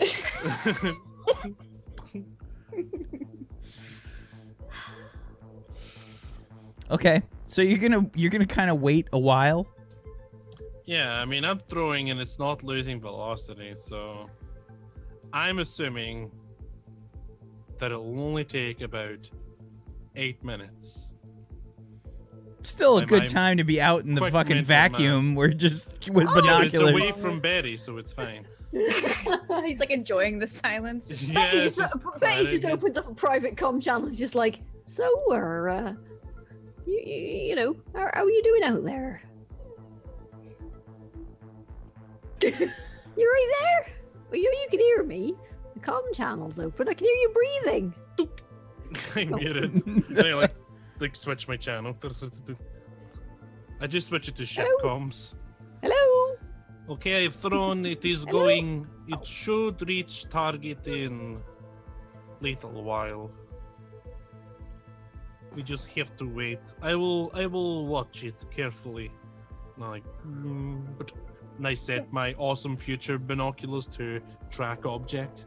Speaker 1: Okay, so you're gonna you're gonna kind of wait a while.
Speaker 2: Yeah, I mean, I'm throwing and it's not losing velocity, so I'm assuming that it'll only take about eight minutes.
Speaker 1: still a
Speaker 2: My-
Speaker 1: good
Speaker 2: my
Speaker 1: time to be out in the
Speaker 2: quick
Speaker 1: fucking
Speaker 2: mental
Speaker 1: vacuum. We're just with
Speaker 2: Yeah, it's
Speaker 1: binoculars.
Speaker 2: away from Betty, so it's fine.
Speaker 4: He's like enjoying the silence.
Speaker 2: yeah,
Speaker 5: Betty
Speaker 2: it's
Speaker 5: just,
Speaker 2: just,
Speaker 5: Betty
Speaker 2: quiet,
Speaker 5: just
Speaker 2: it's-
Speaker 5: opened up a private com channel. It's just like, so we're, uh, you, you, you know, how, how are you doing out there? You're right there. Well, you know, you can hear me. The com channel's open. I can hear you breathing.
Speaker 2: I muted. and I like, like switch my channel. I just switch it to shitcoms.
Speaker 5: Hello.
Speaker 2: Okay, I've thrown. It is
Speaker 5: Hello?
Speaker 2: going. It should reach target in little while. We just have to wait. I will. I will watch it carefully. Like, mm, but and I set my awesome future binoculars to track object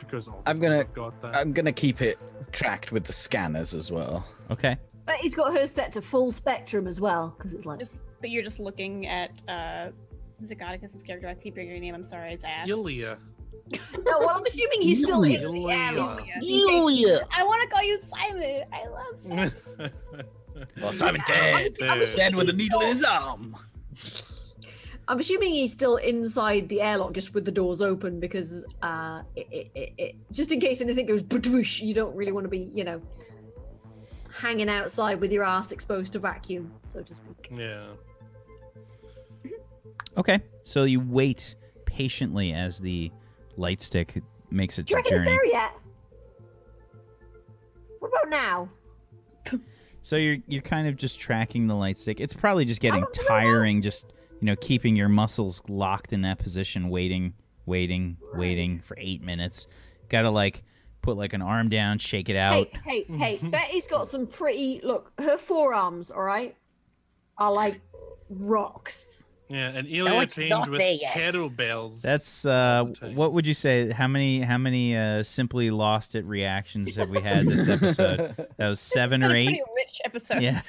Speaker 2: because obviously
Speaker 6: gonna-
Speaker 2: I've got that.
Speaker 6: I'm gonna keep it tracked with the scanners as well.
Speaker 1: okay.
Speaker 5: Betty's got hers set to full spectrum as well, because it's like,
Speaker 4: Just- But you're just looking at uh Zagonicus's character. I keep bringing your name. I'm sorry, it's ass.
Speaker 2: Yulia.
Speaker 5: no, well, I'm assuming he's still in the
Speaker 2: Yulia.
Speaker 5: air.
Speaker 3: You, you.
Speaker 4: I want to call you Simon. I love Simon.
Speaker 6: Well, Simon
Speaker 5: I'm,
Speaker 6: dead.
Speaker 5: I'm assuming
Speaker 6: Dead with a
Speaker 5: he's
Speaker 6: needle
Speaker 5: still-
Speaker 6: in his arm.
Speaker 5: I'm assuming he's still inside the airlock, just with the doors open, because uh, it, it, it, it, just in case anything goes badoosh, you don't really want to be, you know, hanging outside with your ass exposed to vacuum, so to
Speaker 1: Mm,
Speaker 5: speak.
Speaker 2: yeah.
Speaker 1: Okay. So you wait patiently as the light stick makes its
Speaker 5: Do you reckon it's
Speaker 1: journey.
Speaker 5: there yet? What about now?
Speaker 1: So you're you're kind of just tracking the light stick. It's probably just getting
Speaker 5: don't know.
Speaker 1: tiring, just you know, keeping your muscles locked in that position, waiting, waiting, waiting for eight minutes. Gotta like put like an arm down, shake it out.
Speaker 5: Hey, hey, hey! Betty's got some pretty look. Her forearms, all right, are like rocks.
Speaker 2: Yeah, and Ilya
Speaker 3: it's
Speaker 2: trained
Speaker 3: not
Speaker 2: with
Speaker 3: there yet.
Speaker 2: kettlebells.
Speaker 1: That's uh,
Speaker 2: Okay.
Speaker 1: what would you say? How many how many uh, simply lost it reactions have we had this episode? That was seven or
Speaker 4: Pretty-
Speaker 1: eight.
Speaker 4: pretty rich episode.
Speaker 1: Yeah,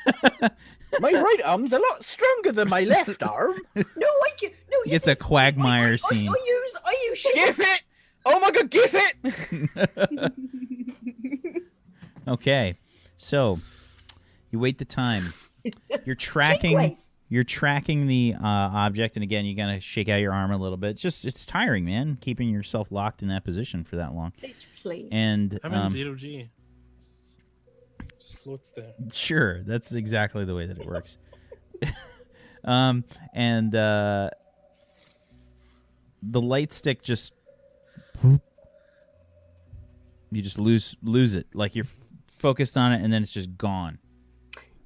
Speaker 6: my right arm's a lot stronger than my left arm.
Speaker 5: No, I can. No,
Speaker 1: you
Speaker 5: you
Speaker 1: get the quagmire
Speaker 5: I,
Speaker 1: scene.
Speaker 5: I use. I use. shit.
Speaker 6: Gif it! Oh my god, gif it!
Speaker 1: Okay, so you wait the time. You're tracking.
Speaker 5: Weights.
Speaker 1: you're tracking the uh, object and again you gotta shake out your arm a little bit it's just it's tiring man keeping yourself locked in that position for that long
Speaker 5: Bitch, please.
Speaker 1: and
Speaker 2: I'm in
Speaker 1: um,
Speaker 2: zero G. Just floats there.
Speaker 1: sure that's exactly the way that it works um, and uh, the light stick just you just lose lose it like you're f- focused on it and then it's just gone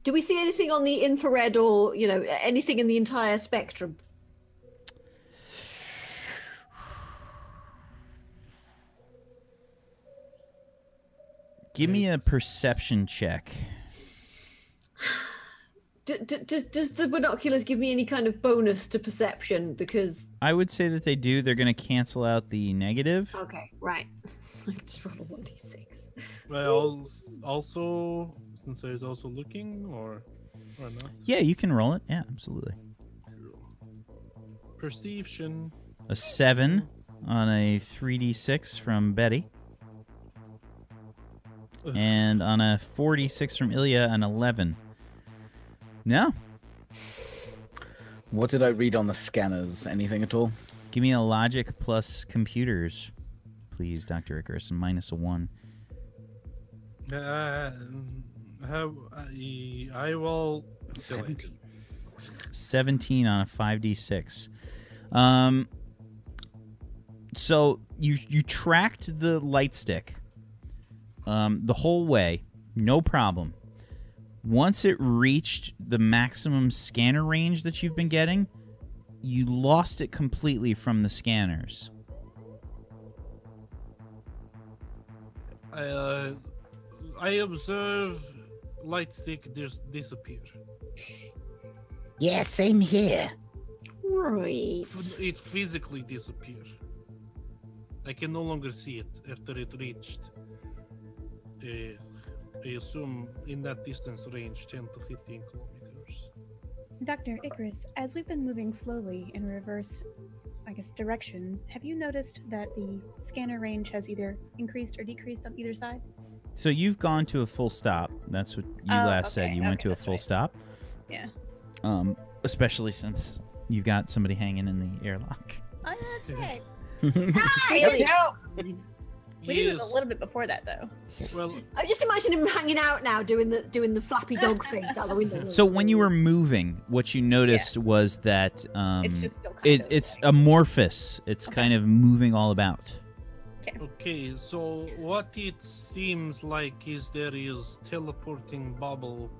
Speaker 5: Do we see anything on the infrared or, you know, anything in the entire spectrum?
Speaker 1: give me a perception check
Speaker 5: D- d- does, does the binoculars give me any kind of bonus to perception? Because,
Speaker 1: i would say that they do they're gonna cancel out the negative
Speaker 5: okay, right. I just rolled a 1d6.
Speaker 2: Well, s- also since I was also looking, or or not.
Speaker 1: Yeah, you can roll it. Yeah, absolutely.
Speaker 2: Perception.
Speaker 1: A seven on a 3d6 from Betty.
Speaker 2: Ugh.
Speaker 1: And on a 46 from Ilya, an 11. No,
Speaker 6: What did I read on the scanners? Anything at all?
Speaker 1: give me a logic plus computers, please, Dr. Icarus, and minus a one.
Speaker 2: Uh, how I, I will. do it.
Speaker 1: 17 on a 5d6. Um, so you you tracked the light stick um, the whole way, no problem. Once it reached the maximum scanner range that you've been getting, you lost it completely from the scanners.
Speaker 2: Uh, I observe light stick just disappear.
Speaker 3: Yeah, same here.
Speaker 5: Right.
Speaker 2: F- It physically disappear. I can no longer see it after it reached. Uh, I assume in that distance range, 10 to 15 kilometers.
Speaker 4: Dr. Icarus, as we've been moving slowly in reverse, I guess, direction, have you noticed that the scanner range has either increased or decreased on either side?
Speaker 1: So you've gone to a full stop. That's what you
Speaker 8: Oh,
Speaker 1: last said.
Speaker 8: okay,
Speaker 1: You went
Speaker 8: okay,
Speaker 1: to a
Speaker 8: that's
Speaker 1: full
Speaker 8: right.
Speaker 1: stop.
Speaker 8: Yeah.
Speaker 1: Um, especially since you've got somebody hanging in the airlock.
Speaker 8: Oh, yeah, that's right.
Speaker 5: Really?
Speaker 8: We did it a little bit before that, though.
Speaker 2: Well,
Speaker 5: I just imagine him hanging out now, doing the doing the flappy dog face out the window.
Speaker 1: So when you were moving, what you noticed was that um,
Speaker 8: it's just still kind
Speaker 1: it,
Speaker 8: of.
Speaker 1: it's amorphous. It's
Speaker 8: Okay.
Speaker 1: kind of moving all about.
Speaker 2: okay, so what it seems like is there is teleporting bubble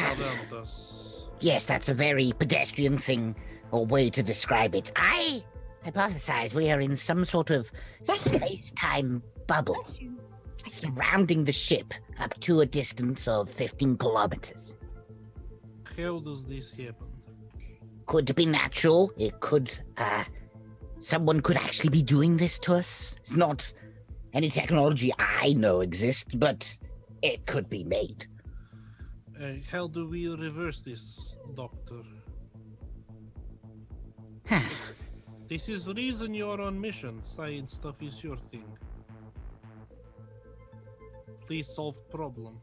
Speaker 2: around us.
Speaker 3: Yes, that's a very pedestrian thing or way to describe it. I hypothesize we are in some sort of space time bubble surrounding the ship up to a distance of 15 kilometers.
Speaker 2: How does this happen?
Speaker 3: Could be natural. It could, uh, someone could actually be doing this to us. It's not any technology I know exists, but it could be made.
Speaker 2: Uh, how do we reverse this, Doctor? This is reason you're on mission. Science stuff is your thing. Please solve problem.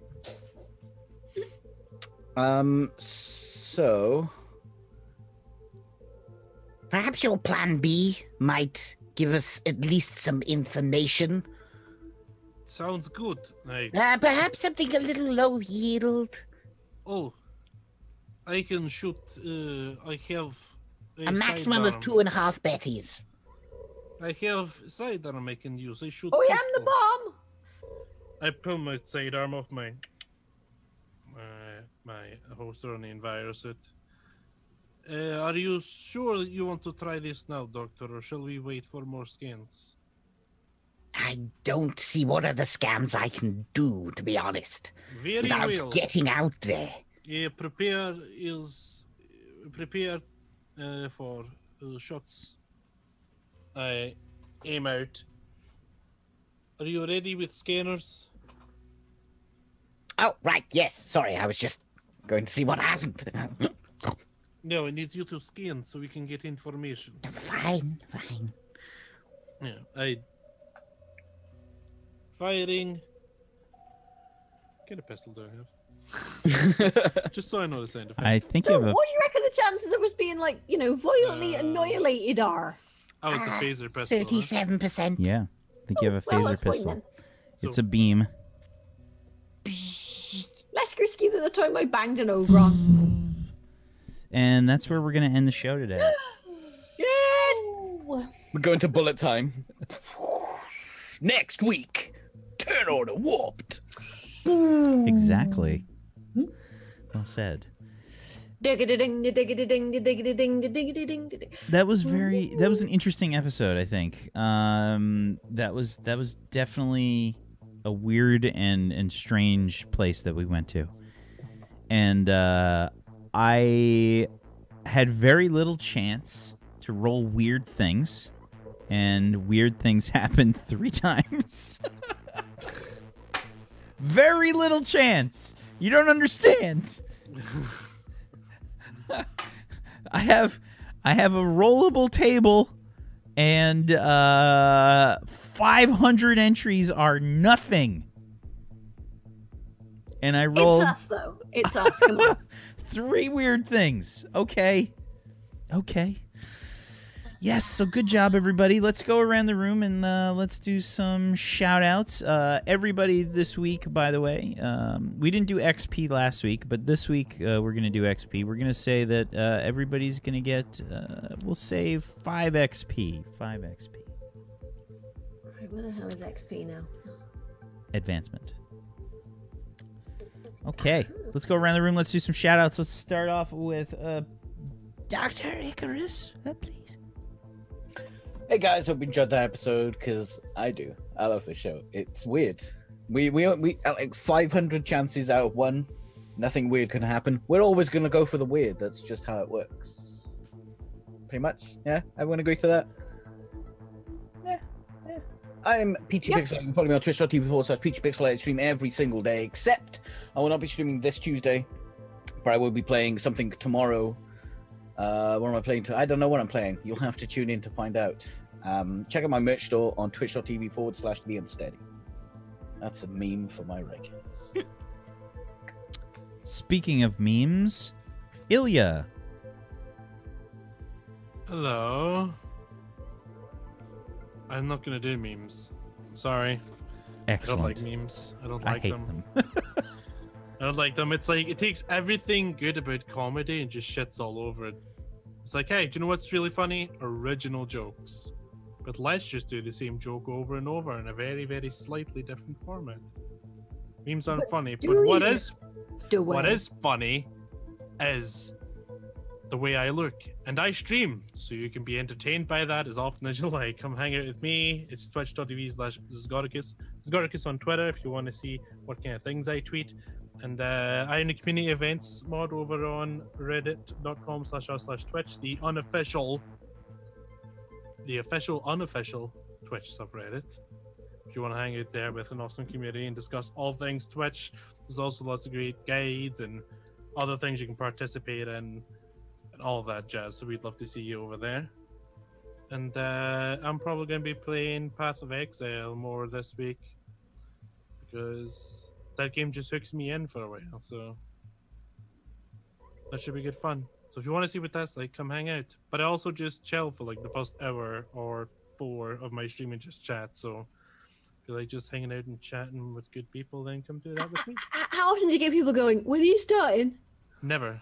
Speaker 6: Um, so
Speaker 3: Perhaps your plan B might give us at least some information
Speaker 2: Sounds good. I-
Speaker 3: Uh, perhaps something a little low yield.
Speaker 2: oh, I can shoot. Uh, I have
Speaker 3: A maximum of
Speaker 2: sidearm.
Speaker 3: two and a half betties.
Speaker 2: I have sidearm I can use. I shoot.
Speaker 5: oh, yeah, I'm the
Speaker 2: pistol.
Speaker 5: bomb.
Speaker 2: I pull my sidearm off my my my holster and envirus it. Uh, are you sure that you want to try this now, Doctor, or shall we wait for more scans?
Speaker 3: I don't see what other scams I can do, to be honest,
Speaker 2: Very
Speaker 3: without
Speaker 2: well.
Speaker 3: getting out there.
Speaker 2: Yeah, prepare is prepare uh, for uh, shots. I aim out. Are you ready with scanners?
Speaker 3: Oh, right, yes. Sorry, I was just going to see what happened.
Speaker 2: No, I need you to scan so we can get information.
Speaker 3: fine, fine.
Speaker 2: Yeah, I firing. Get a pistol down here. just, just so I know the sound effect.
Speaker 1: I think you
Speaker 5: So
Speaker 1: have a.
Speaker 5: what do you reckon the chances of us being like, you know, violently
Speaker 2: Uh,
Speaker 5: annihilated are?
Speaker 2: Oh, it's a
Speaker 3: Ah,
Speaker 2: phaser pistol. huh?
Speaker 3: 37%.
Speaker 1: Yeah, I think
Speaker 8: Oh,
Speaker 1: you have a
Speaker 5: well,
Speaker 1: phaser
Speaker 5: that's fine
Speaker 1: pistol.
Speaker 5: then.
Speaker 1: It's
Speaker 2: So-
Speaker 1: a beam.
Speaker 5: Less risky than the time I banged an Ogron.
Speaker 1: And that's where we're going to end the show today.
Speaker 5: yeah.
Speaker 6: we're going to bullet time. Next week, turn order warped.
Speaker 1: exactly.
Speaker 8: Hmm?
Speaker 1: Well said.
Speaker 5: Diggity ding, diggity ding, diggity ding, diggity ding, diggity.
Speaker 1: That was very. That was an interesting episode. I think. Um, that was that was definitely a weird and and strange place that we went to, and uh, I had very little chance to roll weird things, and weird things happened three times. very little chance. You don't understand. I have I have a rollable table and uh 500 entries are nothing. And I rolled
Speaker 5: It's us though. It's us. Come on.
Speaker 1: three weird things. Okay. Okay. Yes, so good job, everybody. Let's go around the room and uh, let's do some shout outs. Uh, everybody this week, by the way, um, we didn't do XP last week, but this week uh, we're going to do XP. We're going to say that uh, everybody's going to get, uh, we'll save 5 XP. 5 XP.
Speaker 5: Right, Where the hell is XP now?
Speaker 1: Advancement. Okay, let's go around the room. Let's do some shout outs. Let's start off with uh, Dr. Icarus, uh, please.
Speaker 6: Hey guys, hope you enjoyed that episode because I do. I love this show. It's weird. We we we at like 500 chances out of one, nothing weird can happen. We're always gonna go for the weird. That's just how it works. Pretty much. Yeah, everyone agree to that. Yeah, yeah. I'm Peachy
Speaker 5: Yeah.
Speaker 6: Pixel. You can follow me on twitch.tv forward slash Peachy Pixel. I stream every single day, except I will not be streaming this Tuesday, but I will be playing something tomorrow uh, what am I playing to? I don't know what I'm playing. You'll have to tune in to find out. Um, check out my merch store on twitch.tv forward slash the unsteady. That's a meme for my rankings.
Speaker 1: Speaking of memes, Ilya.
Speaker 9: Hello. I'm not gonna do memes. Sorry.
Speaker 1: Excellent.
Speaker 9: I don't like memes. I don't
Speaker 1: I
Speaker 9: like
Speaker 1: hate
Speaker 9: them.
Speaker 1: them.
Speaker 9: I don't like them. It's like it takes everything good about comedy and just shits all over it. It's like, hey, do you know what's really funny? Original jokes. But let's just do the same joke over and over in a very, very slightly different format. Memes aren't funny, but
Speaker 5: do
Speaker 9: what
Speaker 5: it.
Speaker 9: is
Speaker 5: Do
Speaker 9: what
Speaker 5: it.
Speaker 9: is funny is the way I look. And I stream, so you can be entertained by that as often as you like. Come hang out with me. It's twitch.tv slash Zgoricus. Zgoricus on Twitter if you want to see what kind of things I tweet. And uh, I am the community events mod over on reddit.com slash r slash twitch, the unofficial, the official unofficial Twitch subreddit. If you want to hang out there with an awesome community and discuss all things Twitch, there's also lots of great guides and other things you can participate in and all that jazz. So we'd love to see you over there. And uh, I'm probably going to be playing Path of Exile more this week because that game just hooks me in for a while. So that should be good fun. So if you want to see what that's like, come hang out. But I also just chill for like the first hour or four of my stream and just chat. So if you like just hanging out and chatting with good people, then come do that with me.
Speaker 5: How often do you get people going? When are you starting?
Speaker 9: Never.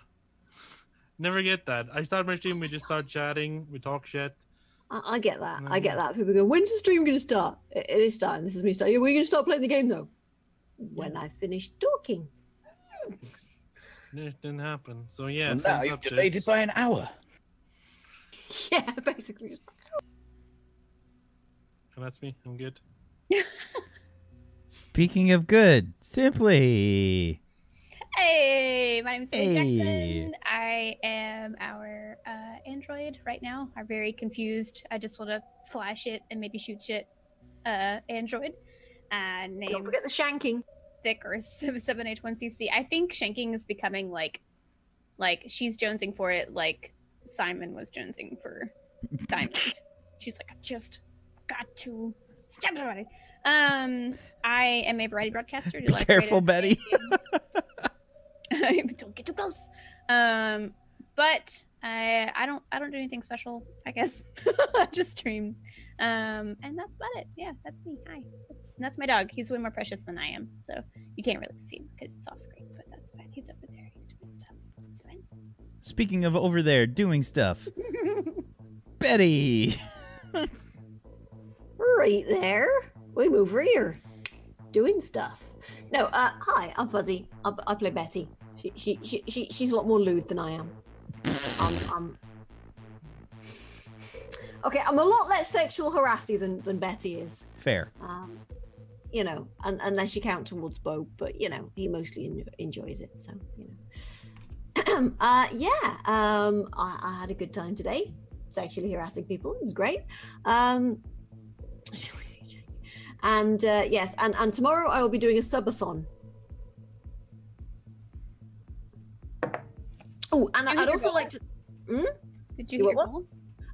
Speaker 9: Never get that. I start my stream, we just start chatting, we talk shit.
Speaker 5: I, I get that. I
Speaker 9: Mm.
Speaker 5: get that. People go, when's the stream going to start? It, it is starting. This is me starting. We're going to start playing the game though. When I finish talking.
Speaker 9: It didn't happen. So yeah.
Speaker 6: And now
Speaker 9: friends
Speaker 6: you've delayed it
Speaker 9: updates.
Speaker 6: by an hour.
Speaker 5: Yeah, basically.
Speaker 9: And that's me. I'm good.
Speaker 1: Speaking of good, simply.
Speaker 4: Hey, my name is Sophie
Speaker 1: Hey.
Speaker 4: Jackson. I am our uh, android right now. I'm very confused. I just want to fly shit and maybe shoot shit. Uh, android. Uh,
Speaker 5: Don't
Speaker 4: named
Speaker 5: forget the shanking.
Speaker 4: Thick or 7H1CC. I think shanking is becoming like, like she's jonesing for it, like Simon was jonesing for Diamond. she's like, I just got to stab somebody. Um, I am a variety broadcaster.
Speaker 1: Be careful, Betty.
Speaker 4: don't get too close. Um, but I I don't I don't do anything special. I guess I just stream, um, and that's about it. Yeah, that's me. Hi, that's, and that's my dog. He's way more precious than I am, so you can't really see him because it's off screen. But that's fine. He's over there. He's doing stuff. It's
Speaker 1: Speaking of over there doing stuff,
Speaker 4: fine.
Speaker 1: Betty.
Speaker 5: Right there. We move over here. Doing stuff. No, uh, hi, I'm Fuzzy. I, I play Betty. She, she, she, she, she's a lot more lewd than I am. I'm, I'm... Okay, I'm a lot less sexual harassy than, than Betty is.
Speaker 1: Fair.
Speaker 5: Um, you know, un- unless you count towards Bo, but you know, he mostly en- enjoys it. So, you know. uh, yeah, um, I-, I had a good time today, sexually harassing people. It was great. Um, and uh, yes, and, and tomorrow I will be doing a subathon. Oh, and
Speaker 4: Can we
Speaker 5: I'd
Speaker 4: hear
Speaker 5: also
Speaker 4: Bo?
Speaker 5: like to.
Speaker 4: Did you
Speaker 5: You
Speaker 4: hear
Speaker 5: want
Speaker 4: Cole?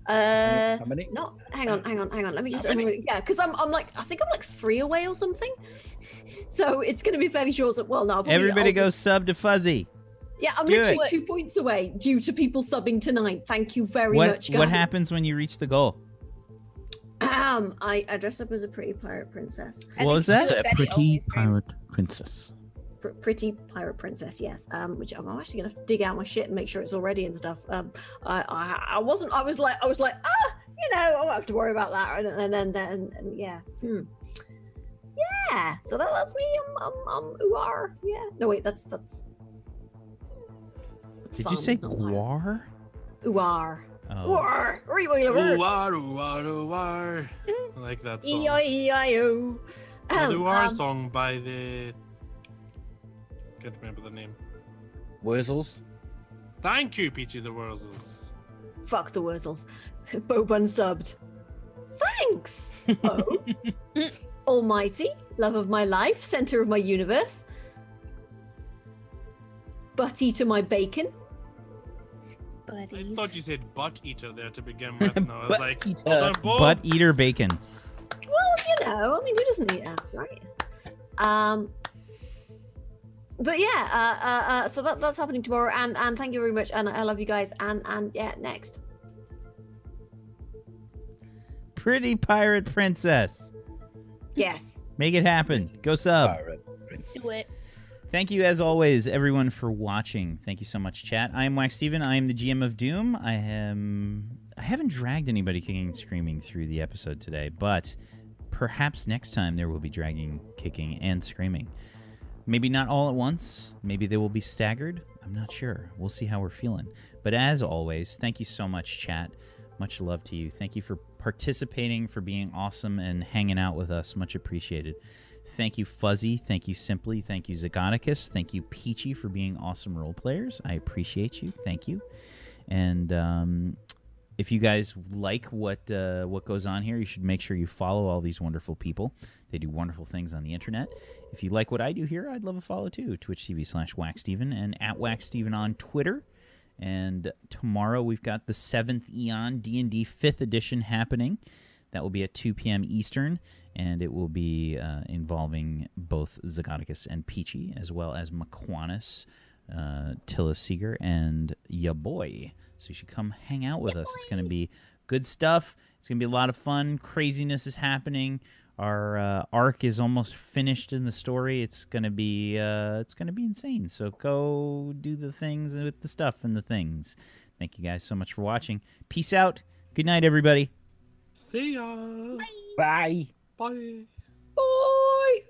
Speaker 5: Uh,
Speaker 6: How many?
Speaker 5: no, hang on, hang on, hang on. Let me just.
Speaker 6: How many?
Speaker 5: remember- Yeah, because I'm, I'm like, I think I'm like three away or something. So it's going to be fairly short. So, well, no, I'll probably-
Speaker 1: Everybody
Speaker 5: I'll
Speaker 1: goes
Speaker 5: just-
Speaker 1: sub to Fuzzy.
Speaker 5: yeah, I'm
Speaker 1: do
Speaker 5: literally
Speaker 1: it.
Speaker 5: two points away due to people subbing tonight. Thank you very
Speaker 1: what
Speaker 5: much, guys.
Speaker 1: what happens when you reach the goal?
Speaker 5: Um, I, I dress up as a pretty pirate princess.
Speaker 4: I
Speaker 1: What was that?
Speaker 4: think she
Speaker 1: It's
Speaker 4: was Betty always dreamed-
Speaker 6: princess.
Speaker 5: pr- pretty pirate princess yes um which i'm actually gonna dig out my shit and make sure it's all ready and stuff um i i, I wasn't i was like i was like ah you know i won't have to worry about that and and then then and yeah Hmm. yeah so that, that's me i'm i'm, I'm ooh, are yeah no wait that's that's, that's
Speaker 1: Did you
Speaker 5: farmers,
Speaker 1: say
Speaker 5: not pirates.
Speaker 1: guar?
Speaker 5: Uar.
Speaker 1: Oh.
Speaker 5: Uar.
Speaker 9: Ooh-wah, ooh-wah, ooh-wah. ah, I like that
Speaker 5: E
Speaker 9: song.
Speaker 5: E-I-E-I-O.
Speaker 9: The
Speaker 5: Um,
Speaker 9: Luar
Speaker 5: um,
Speaker 9: song by the. Can't remember the name.
Speaker 6: Wurzels.
Speaker 9: Thank you, Peachy the Wurzels.
Speaker 5: Fuck the Wurzels. Bo Bun subbed. Thanks, Bo. Almighty, love of my life, center of my universe. Butt eater my bacon.
Speaker 9: I
Speaker 4: Buddies.
Speaker 9: thought you said butt eater there to begin with. And I was
Speaker 6: Butt
Speaker 9: like,
Speaker 6: eater.
Speaker 9: "Hold on, Bo."
Speaker 1: Butt eater bacon.
Speaker 5: Well, you know, I mean, who doesn't eat that, right? Um, but yeah, uh, uh, uh, so that, that's happening tomorrow. And and thank you very much. And I love you guys. And and yeah, next.
Speaker 1: Pretty pirate princess.
Speaker 5: Yes.
Speaker 1: Make it happen. Go sub.
Speaker 6: Pirate Prince.
Speaker 8: Do it.
Speaker 1: Thank you, as always, everyone, for watching. Thank you so much, chat. I am Wax Steven. I am the GM of Doom. I am. I haven't dragged anybody kicking and screaming through the episode today, but perhaps next time there will be dragging, kicking, and screaming. Maybe not all at once. Maybe they will be staggered. I'm not sure. We'll see how we're feeling. But as always, thank you so much, chat. Much love to you. Thank you for participating, for being awesome, and hanging out with us. Much appreciated. Thank you, Fuzzy. Thank you, Simply. Thank you, Zagonicus. Thank you, Peachy, for being awesome role players. I appreciate you. Thank you. And um, if you guys like what uh, what goes on here, you should make sure you follow all these wonderful people. They do wonderful things on the internet. If you like what I do here, I'd love a follow too. Twitch TV slash WackSteven and at WackSteven on Twitter. And tomorrow we've got the seventh Eon D and D fifth edition happening. That will be at 2 p.m. Eastern, and it will be uh, involving both Zagonicus and Peachy, as well as Maquanis, uh, Tilla Seeger, and ya boy. So you should come hang out with us. It's going to be good stuff. It's going to be a lot of fun. Craziness is happening. Our uh, arc is almost finished in the story. It's going to be uh, it's going to be insane. So go do the things with the stuff and the things. Thank you guys so much for watching. Peace out. Good night, everybody.
Speaker 2: See ya.
Speaker 3: Bye.
Speaker 2: Bye.
Speaker 5: Bye.